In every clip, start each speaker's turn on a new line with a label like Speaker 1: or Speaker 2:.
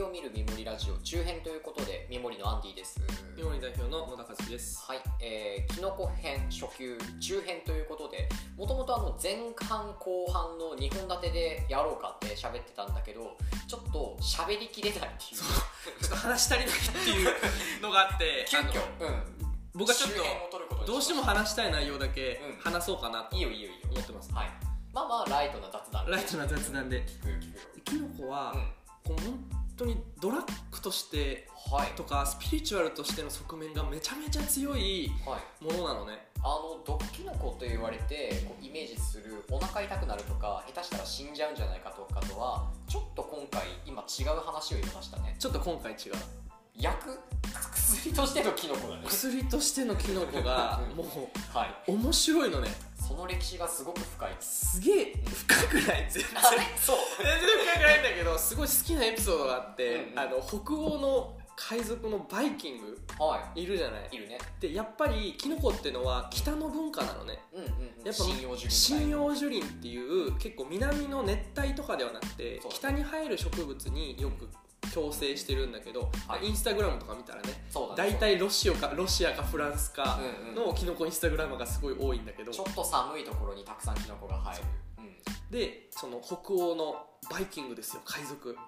Speaker 1: ジオ中編ということでメモリのアンディです
Speaker 2: 日本代表の野田和樹です。
Speaker 1: はい、えー、キノコ編初級中編ということでもともとあの前半後半の2本立てでやろうかって喋ってたんだけどちょっと喋りきれないっていう
Speaker 2: ちょっと話し足りないっていうのがあって、
Speaker 1: 急遽
Speaker 2: あの
Speaker 1: うん
Speaker 2: 僕はちょっ
Speaker 1: 周辺を取ること
Speaker 2: と
Speaker 1: に
Speaker 2: どうしても話したい内容だけ
Speaker 1: うん
Speaker 2: 話そうかなと
Speaker 1: いいよいいよいいよ
Speaker 2: 思ってます。
Speaker 1: はいまあまあライトな雑談で
Speaker 2: ライトな雑談で、
Speaker 1: 聞くよ聞くよ
Speaker 2: キノコは
Speaker 1: うん
Speaker 2: こう本当にドラッグとして
Speaker 1: はい
Speaker 2: とかスピリチュアルとしての側面がめちゃめちゃ強い
Speaker 1: はい
Speaker 2: ものなのね。
Speaker 1: あの毒キノコと言われてこうイメージするお腹痛くなるとか下手したら死んじゃうんじゃないかとかとはちょっと今回今違う話を言いましたね
Speaker 2: ちょっと今回違う。
Speaker 1: 薬薬としてのキノコだね
Speaker 2: 薬としてのキノコが
Speaker 1: うん
Speaker 2: も
Speaker 1: はい、
Speaker 2: う面白いのね。
Speaker 1: その歴史がすごく深いです。
Speaker 2: すげえ深くない全然。
Speaker 1: あれ そう。
Speaker 2: 全然深くないんだけどすごい好きなエピソードがあって、
Speaker 1: うんうん
Speaker 2: あの北欧の海賊のバイキング
Speaker 1: はい
Speaker 2: るじゃない
Speaker 1: い。いるね。
Speaker 2: でやっぱりキノコってのは北の文化なのね
Speaker 1: うんうんうん。
Speaker 2: やっぱ
Speaker 1: 信用樹
Speaker 2: 針
Speaker 1: み
Speaker 2: 葉樹林っていう結構南の熱帯とかではなくて
Speaker 1: そう
Speaker 2: 北に生える植物によく共生してるんだけど、
Speaker 1: はい
Speaker 2: インスタグラムとか見たらね
Speaker 1: そうだね。
Speaker 2: 大体ロシオかロシアかフランスか
Speaker 1: うんうん
Speaker 2: のキノコインスタグラムがすごい多いんだけど
Speaker 1: ちょっと寒いところにたくさんキノコが生える。うん。
Speaker 2: でその北欧のバイキングですよ海賊
Speaker 1: はい。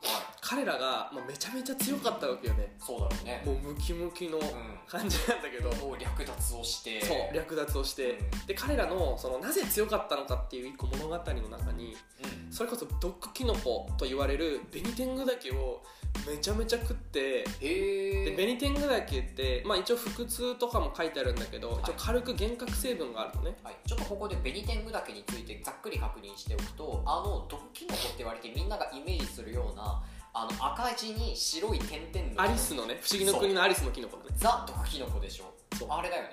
Speaker 2: 彼らが、まあ、めちゃめちゃ強かったわけよね
Speaker 1: そうだろうね。
Speaker 2: もうムキムキの
Speaker 1: う
Speaker 2: 感じなんだけど、
Speaker 1: ん。もう略奪をして。
Speaker 2: そう略奪をして、
Speaker 1: うん
Speaker 2: で彼らのそのなぜ強かったのかっていう一個物語の中に
Speaker 1: うん。
Speaker 2: それこそ毒キノコと言われるベニテングダケをめちゃめちゃ食って
Speaker 1: へえ。
Speaker 2: でベニテングダケって、まあ、一応腹痛とかも書いてあるんだけど、
Speaker 1: はい
Speaker 2: 一応軽く幻覚成分があるのね
Speaker 1: はい、ちょっとここでベニテングダケについてざっくり確認しておくとあの毒キノコって言われてみんながイメージするようなあの赤字に白い点々の
Speaker 2: アリスのね不思議の国のアリスのキノコだね
Speaker 1: ザ毒キノコでしょ
Speaker 2: そう
Speaker 1: あれだよね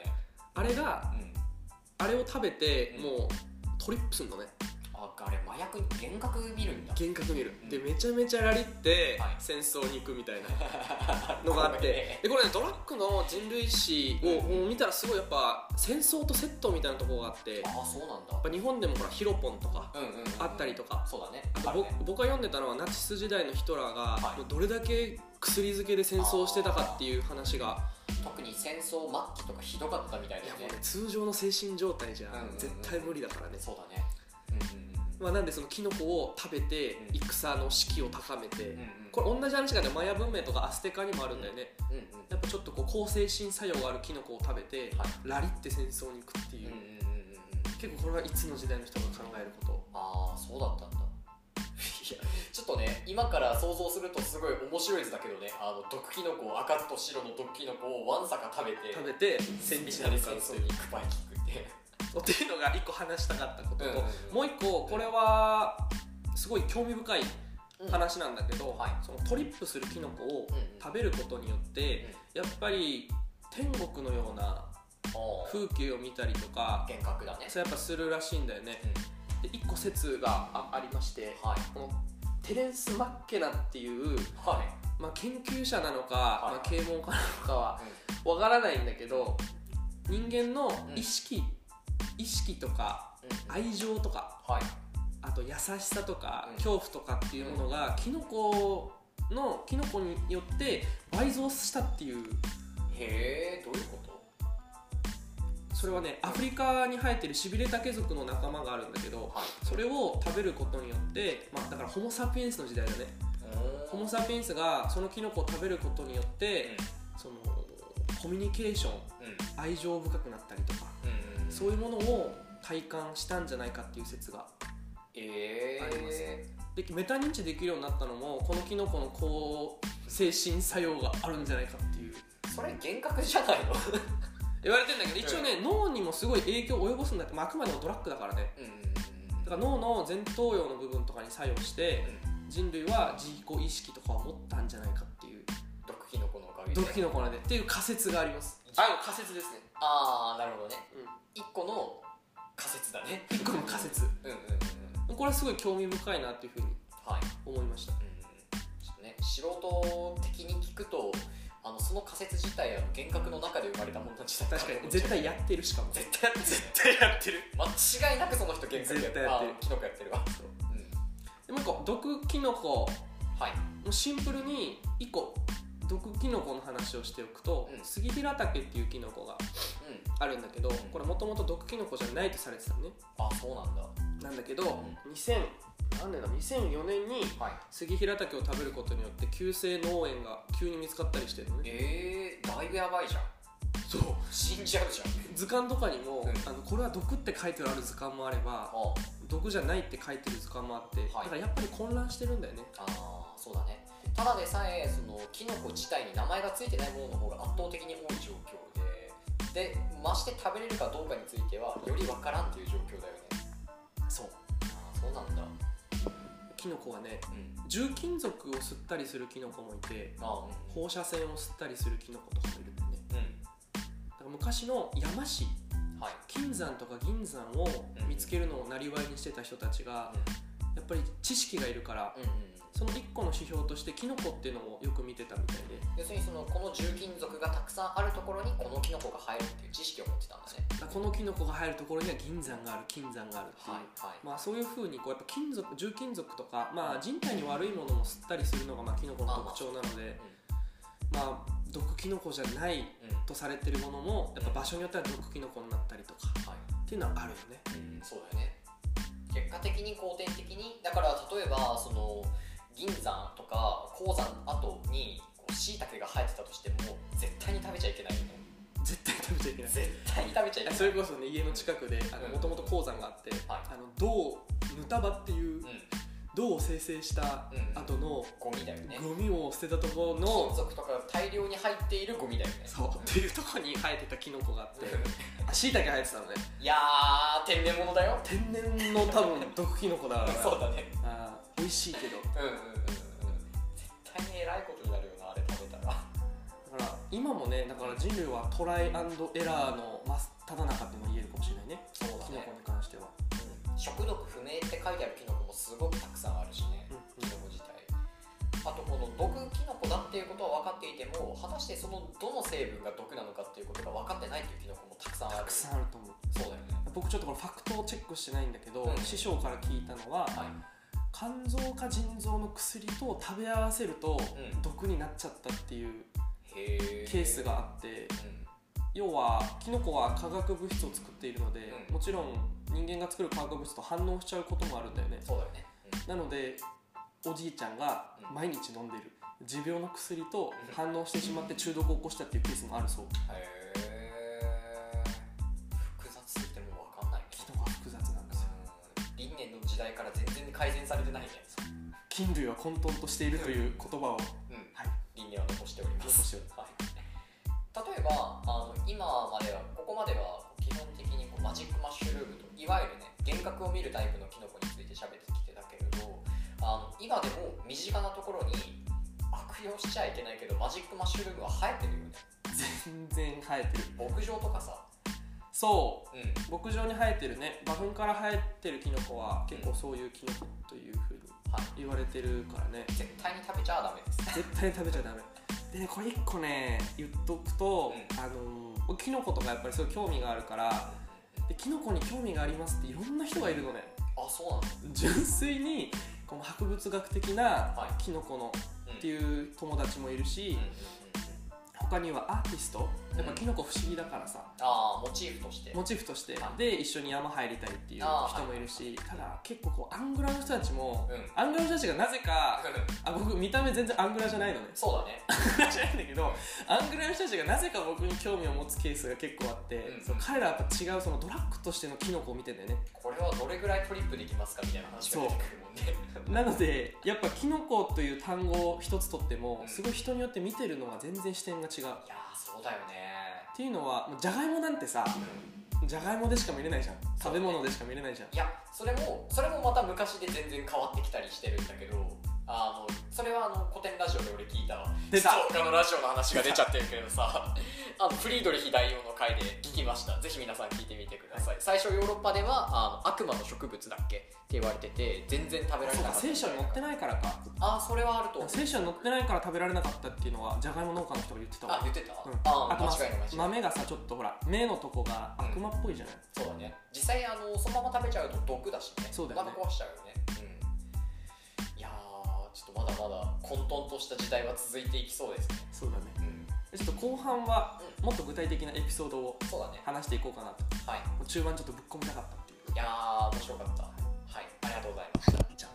Speaker 2: あれが
Speaker 1: うん
Speaker 2: あれを食べて、
Speaker 1: うん
Speaker 2: もうトリップすんのね
Speaker 1: ああれ麻薬幻覚見るんだ
Speaker 2: 幻覚見る、で
Speaker 1: うん
Speaker 2: めちゃめちゃラリって、
Speaker 1: はい
Speaker 2: 戦争に行くみたい なのがあっ
Speaker 1: これね
Speaker 2: てでこれねドラッグの人類史を
Speaker 1: う
Speaker 2: もう見たらすごいやっぱ戦争とセットみたいなところがあってやっ
Speaker 1: ああそうなんだ
Speaker 2: ぱ日本でもほらヒロポンとか
Speaker 1: うんうん、うん、
Speaker 2: あったりとか
Speaker 1: そうだね
Speaker 2: あ
Speaker 1: あ
Speaker 2: と
Speaker 1: る
Speaker 2: ぼ
Speaker 1: ね
Speaker 2: 僕が読んでたのはナチス時代のヒトラーが
Speaker 1: はい
Speaker 2: もうどれだけ薬漬けで戦争をしてたかっていう話が、
Speaker 1: 特に戦争末期とかひどかったみたい
Speaker 2: い、
Speaker 1: だ
Speaker 2: や
Speaker 1: よ
Speaker 2: もう
Speaker 1: ね
Speaker 2: ね通常の精神状態じゃ
Speaker 1: うんうんうん
Speaker 2: 絶対無理だからね、
Speaker 1: そうだねうん
Speaker 2: まあ、なんでそのキノコを食べて
Speaker 1: うん
Speaker 2: 戦の士気を高めて、
Speaker 1: うんうんうんうん
Speaker 2: これ同じ話がねマヤ文明とかアステカにもあるんだよね、
Speaker 1: うんうん
Speaker 2: やっぱちょっとこう抗精神作用があるキノコを食べて、
Speaker 1: はい
Speaker 2: ラリって戦争に行くって
Speaker 1: う
Speaker 2: い
Speaker 1: ん
Speaker 2: う、
Speaker 1: うんうんうんうん
Speaker 2: 結構これはいつの時代の人が考えるこ
Speaker 1: ああそうだったんだいやちょっとね今から想像するとすごい面白い図だけどねあの毒キノコ赤と白の毒キノコをわんさか食べ
Speaker 2: と
Speaker 1: て
Speaker 2: 食べて
Speaker 1: 戦
Speaker 2: 戦
Speaker 1: 時
Speaker 2: 時
Speaker 1: な
Speaker 2: な
Speaker 1: り
Speaker 2: の
Speaker 1: 戦
Speaker 2: か
Speaker 1: 争に行くバイキングって
Speaker 2: っていうのが一個話したかったことと、
Speaker 1: うんうんうん
Speaker 2: もう一個これはすごい興味深い話なんだけど、
Speaker 1: んはい
Speaker 2: そのトリップするキノコを
Speaker 1: うんうん
Speaker 2: 食べることによってやっぱり天国のような
Speaker 1: あー
Speaker 2: 風景を見たりとか
Speaker 1: 幻覚だね
Speaker 2: そうやっぱするらしいんだよねで一個説があありまして
Speaker 1: はい
Speaker 2: このテレンス・マッケナっていう
Speaker 1: はい
Speaker 2: まあ、研究者なのか、
Speaker 1: い
Speaker 2: まあ、啓蒙家なのかはわからないんだけど人間の意識、意識とか
Speaker 1: うん
Speaker 2: 愛情とか
Speaker 1: はい
Speaker 2: あと優しさとか、
Speaker 1: うん
Speaker 2: 恐怖とかっていうものがキノコのキノコによって倍増したっていう
Speaker 1: へえどういうこと
Speaker 2: それはねアフリカに生えてるシビレタケ族の仲間があるんだけど
Speaker 1: はい
Speaker 2: それを食べることによって、まあ、だからホモ・サピエンスの時代だねホモ・サピエンスがそのキノコを食べることによってそのコミュニケーション
Speaker 1: うんうん
Speaker 2: 愛情深くなったりとか
Speaker 1: うんうん
Speaker 2: そういうものを体感したんじゃないかっていう説が
Speaker 1: ええ
Speaker 2: ありますでメタ認知できるようになったのもこのキノコの抗精神作用があるんじゃないかっていう
Speaker 1: それ幻覚じゃないの
Speaker 2: 言われてんだけど一応ね、脳にもすごい影響を及ぼすんだって、まあ、あくまでもドラッグだからね
Speaker 1: うんうんうんうん
Speaker 2: だから脳の前頭葉の部分とかに作用して人類は自己意識とかを持ったんじゃないかっていう
Speaker 1: 毒キノコのおかげで
Speaker 2: 毒キノコなんでっていう仮説がありますあ仮説ですね
Speaker 1: ああなるほどね
Speaker 2: うん
Speaker 1: 一個の仮説だね
Speaker 2: 一個の仮説
Speaker 1: うんうんうんうん
Speaker 2: これはすごい興味深いなっていうふうに
Speaker 1: はい
Speaker 2: 思いました
Speaker 1: うんちょっとね素人的に聞くとあのその仮説自体は幻覚の中で生まれたものなんじゃない
Speaker 2: 確か
Speaker 1: と思
Speaker 2: に
Speaker 1: っちゃう
Speaker 2: 絶対やってるしかも
Speaker 1: 絶対やってる
Speaker 2: 対やってる
Speaker 1: 間違いなくその人幻覚や
Speaker 2: 絶対やってる
Speaker 1: あキノコやってるわうん
Speaker 2: でもう一個毒キノコ
Speaker 1: はい
Speaker 2: もうシンプルに1個毒キノコの話をしておくと、
Speaker 1: うん
Speaker 2: スギヒラタケっていうキノコが
Speaker 1: うん
Speaker 2: あるんだけど、これもともと毒キノコじゃないとされてたのね
Speaker 1: あそうなんだは
Speaker 2: なんだけど、2000何年だ2004年に
Speaker 1: い
Speaker 2: スギヒラタケを食べることによって急性脳炎が急に見つかったりしてるのね
Speaker 1: えー、だいぶやばいじゃん
Speaker 2: そう
Speaker 1: 死んじゃうじゃん
Speaker 2: 図鑑とかにも、
Speaker 1: うん
Speaker 2: あのこれは毒って書いてある図鑑もあれば
Speaker 1: あ
Speaker 2: 毒じゃないって書いてる図鑑もあって、
Speaker 1: はい
Speaker 2: だからやっぱり混乱してるんだよね
Speaker 1: あーそうだねただでさえそのキノコ自体に名前が付いてないものの方が圧倒的に多い状況ででまして食べれるかどうかについてはよりわからんという状況だよね
Speaker 2: そう
Speaker 1: あーそうなんだ
Speaker 2: キノコはね
Speaker 1: うん
Speaker 2: 重金属を吸ったりするキノコもいて
Speaker 1: あ
Speaker 2: 放射線を吸ったりするキノコとかもいるんだよね
Speaker 1: うん、
Speaker 2: だから昔の山師
Speaker 1: うん、はい
Speaker 2: 金山とか銀山を見つけるのを生りにしてた人たちがやっぱり知識がいるから
Speaker 1: うんうんうん
Speaker 2: その1個の指標としてキノコっていうのをよく見てたみたいで
Speaker 1: 要するにそのこの重金属がたくさんあるところにこのキノコが入るっていう知識を持ってたんだね
Speaker 2: だからこのキノコが入るところには銀山がある金山があるっていう、
Speaker 1: はいはい
Speaker 2: まあ、そういうふうにこうやっぱ金属重金属とか、まあ、人体に悪いものも吸ったりするのがまあキノコの特徴なので、まあ、毒キノコじゃない
Speaker 1: うん、うんは
Speaker 2: とされてるものもやっぱ場所によっては毒キノコになったりとか
Speaker 1: い
Speaker 2: っていうのはあるよね。
Speaker 1: うん、そうだよね結果的に肯定的にだから例えばその銀山とか鉱山の後にしいたけが生えてたとしても絶対に食べちゃいけないよね
Speaker 2: 絶対食べちゃい けない
Speaker 1: 絶対に食べちゃいけない
Speaker 2: それこそね家の近くで
Speaker 1: うん
Speaker 2: もともと鉱山があって、
Speaker 1: はい
Speaker 2: あの銅ヌタバっていう
Speaker 1: う
Speaker 2: 銅を生成した
Speaker 1: ん、うん、
Speaker 2: 後の
Speaker 1: ゴミだよね
Speaker 2: ゴミを捨てたところ
Speaker 1: 金
Speaker 2: の
Speaker 1: 属とかが大量に入っているゴミだよね
Speaker 2: そうっていうところに生えてたキノコがあって
Speaker 1: う
Speaker 2: あ椎茸生えてたのね
Speaker 1: んいやー天然物だよ
Speaker 2: 天然の多分毒キノコだから
Speaker 1: そうだね
Speaker 2: あー美味しいけどだ
Speaker 1: うんうんうんうん絶対にえらいことになるよなあれ食べたら
Speaker 2: から今もねだから人類はトライアンドエラーの真っただ中っても言えるかもしれないね
Speaker 1: そう
Speaker 2: キノコに関しては、
Speaker 1: 食毒不明って書いてあるキノコもすごくたくさんあるしね、
Speaker 2: うんうん
Speaker 1: キノコ自体あとこの毒キノコだっていうことは分かっていても果たしてそのどの成分が毒なのかっていうことが分かってないっていうキノコもたくさんある
Speaker 2: たくさんあると思う
Speaker 1: そうだよね
Speaker 2: 僕ちょっとこれファクトをチェックしてないんだけど、
Speaker 1: うん
Speaker 2: 師匠から聞いたのは、
Speaker 1: はい
Speaker 2: 肝臓か腎臓の薬と食べ合わせると
Speaker 1: うん
Speaker 2: 毒になっちゃったっていう
Speaker 1: へえ
Speaker 2: ケースがあって、
Speaker 1: うん
Speaker 2: 要はキノコは化学物質を作っているので、
Speaker 1: うん
Speaker 2: もちろん人間が作る化学物質と反応しちゃうこともあるんだよね
Speaker 1: そうだよね、うん
Speaker 2: なのでおじいちゃんが
Speaker 1: うん
Speaker 2: 毎日飲んでる持病の薬と
Speaker 1: うん
Speaker 2: 反応してしまって中毒を起こしたっていうケースもあるそう
Speaker 1: へえ複雑すぎてもう分かんないね
Speaker 2: キノコは複雑なんですよ
Speaker 1: うん輪廻の時代から全然改善されてないね
Speaker 2: 菌類は混沌としているという言葉を、
Speaker 1: うん
Speaker 2: はい、
Speaker 1: 輪廻は残しております
Speaker 2: 残しており
Speaker 1: はい、例えばあの今まではここまでは基本的にこうマジックマッシュルームといわゆるね幻覚を見るタイプのキノコについて喋ってきてたけれどあの今でも身近なところに悪用しちゃいけないけどマジックマッシュルームは生えてるよね
Speaker 2: 全然生えてる
Speaker 1: 牧場とかさ
Speaker 2: そう
Speaker 1: うん
Speaker 2: 牧場に生えてるね馬糞から生えてるキノコは結構そういうキノコというふうに
Speaker 1: はい
Speaker 2: 言われてるからね
Speaker 1: 絶対に食べちゃダメです
Speaker 2: 絶対に食べちゃダメでねこれ一個ね言っとくと、
Speaker 1: うん
Speaker 2: あのーキノコとかやっぱりすごい興味があるからでキノコに興味がありますっていろんな人がいるのね
Speaker 1: あそうなんだ
Speaker 2: 純粋にこの博物学的な
Speaker 1: は
Speaker 2: キノコの
Speaker 1: うん
Speaker 2: っていう友達もいる
Speaker 1: うん
Speaker 2: し
Speaker 1: うんうんうん
Speaker 2: 他にはアーティストやっぱ
Speaker 1: うん
Speaker 2: キノコ不思議だからさ
Speaker 1: ああモチーフとして
Speaker 2: モチーフとして
Speaker 1: はい
Speaker 2: で一緒に山入りたいっていう
Speaker 1: あー
Speaker 2: 人もいるしただ結構こうアングラの人たちも
Speaker 1: うん
Speaker 2: アングラの人たちがなぜか
Speaker 1: うん
Speaker 2: あ僕見た目全然アングラじゃないのね
Speaker 1: そうだね
Speaker 2: アングラじゃないんだけどアングラの人たちがなぜか僕に興味を持つケースが結構あって、
Speaker 1: うん
Speaker 2: その彼らはやっぱ違うそのドラッグとしてのキノコを見てんだよね
Speaker 1: これはどれぐらいトリップできますかみたいな話が出てくるもんね
Speaker 2: なのでやっぱキノコという単語を一つとっても
Speaker 1: うん
Speaker 2: すごい人によって見てるのが全然視点が
Speaker 1: い
Speaker 2: 違うっ
Speaker 1: やーそうだよね
Speaker 2: ていうのはもうじゃがいもなんてさじゃがいもでしか見れないじゃん食べ物でしか見れないじゃん
Speaker 1: いやそれもそれもまた昔で全然変わってきたりしてるんだけどあのそれはあの古典ラジオで俺聞いたわ
Speaker 2: 出た
Speaker 1: 他のラジオの話が出ちゃってるけどさ あのフリードリヒ大王の回で聞きましたぜひ皆さん聞いてみてください最初ヨーロッパではあの悪魔の植物だっけって言われてて全然食べられ
Speaker 2: そう
Speaker 1: なか
Speaker 2: か
Speaker 1: った
Speaker 2: 聖書に載ってないからか
Speaker 1: ああそれはあると思う
Speaker 2: 聖書に載ってないから食べられなかったっていうのはじゃがいも農家の人が言ってた
Speaker 1: あ
Speaker 2: わ
Speaker 1: 言ってた、
Speaker 2: う
Speaker 1: あ
Speaker 2: んとま
Speaker 1: あ間違いない間違いない
Speaker 2: 豆がさちょっとほら目のとこが悪魔っぽいじゃない、
Speaker 1: そうだね実際あのそのまま食べちゃうと毒だしね
Speaker 2: そうだよ
Speaker 1: お
Speaker 2: ね
Speaker 1: 腹壊しちゃうよねうんいやーちょっとまだまだ混沌とした時代は続いていきそうですね、
Speaker 2: そうだね
Speaker 1: うん、
Speaker 2: ちょっと後半はもっと具体的なエピソードを
Speaker 1: そうだね
Speaker 2: 話していこうかなと
Speaker 1: はい
Speaker 2: 中盤ちょっとぶっ込みたかったっていう
Speaker 1: いやー面白かったはいありがとうございます
Speaker 2: じゃあ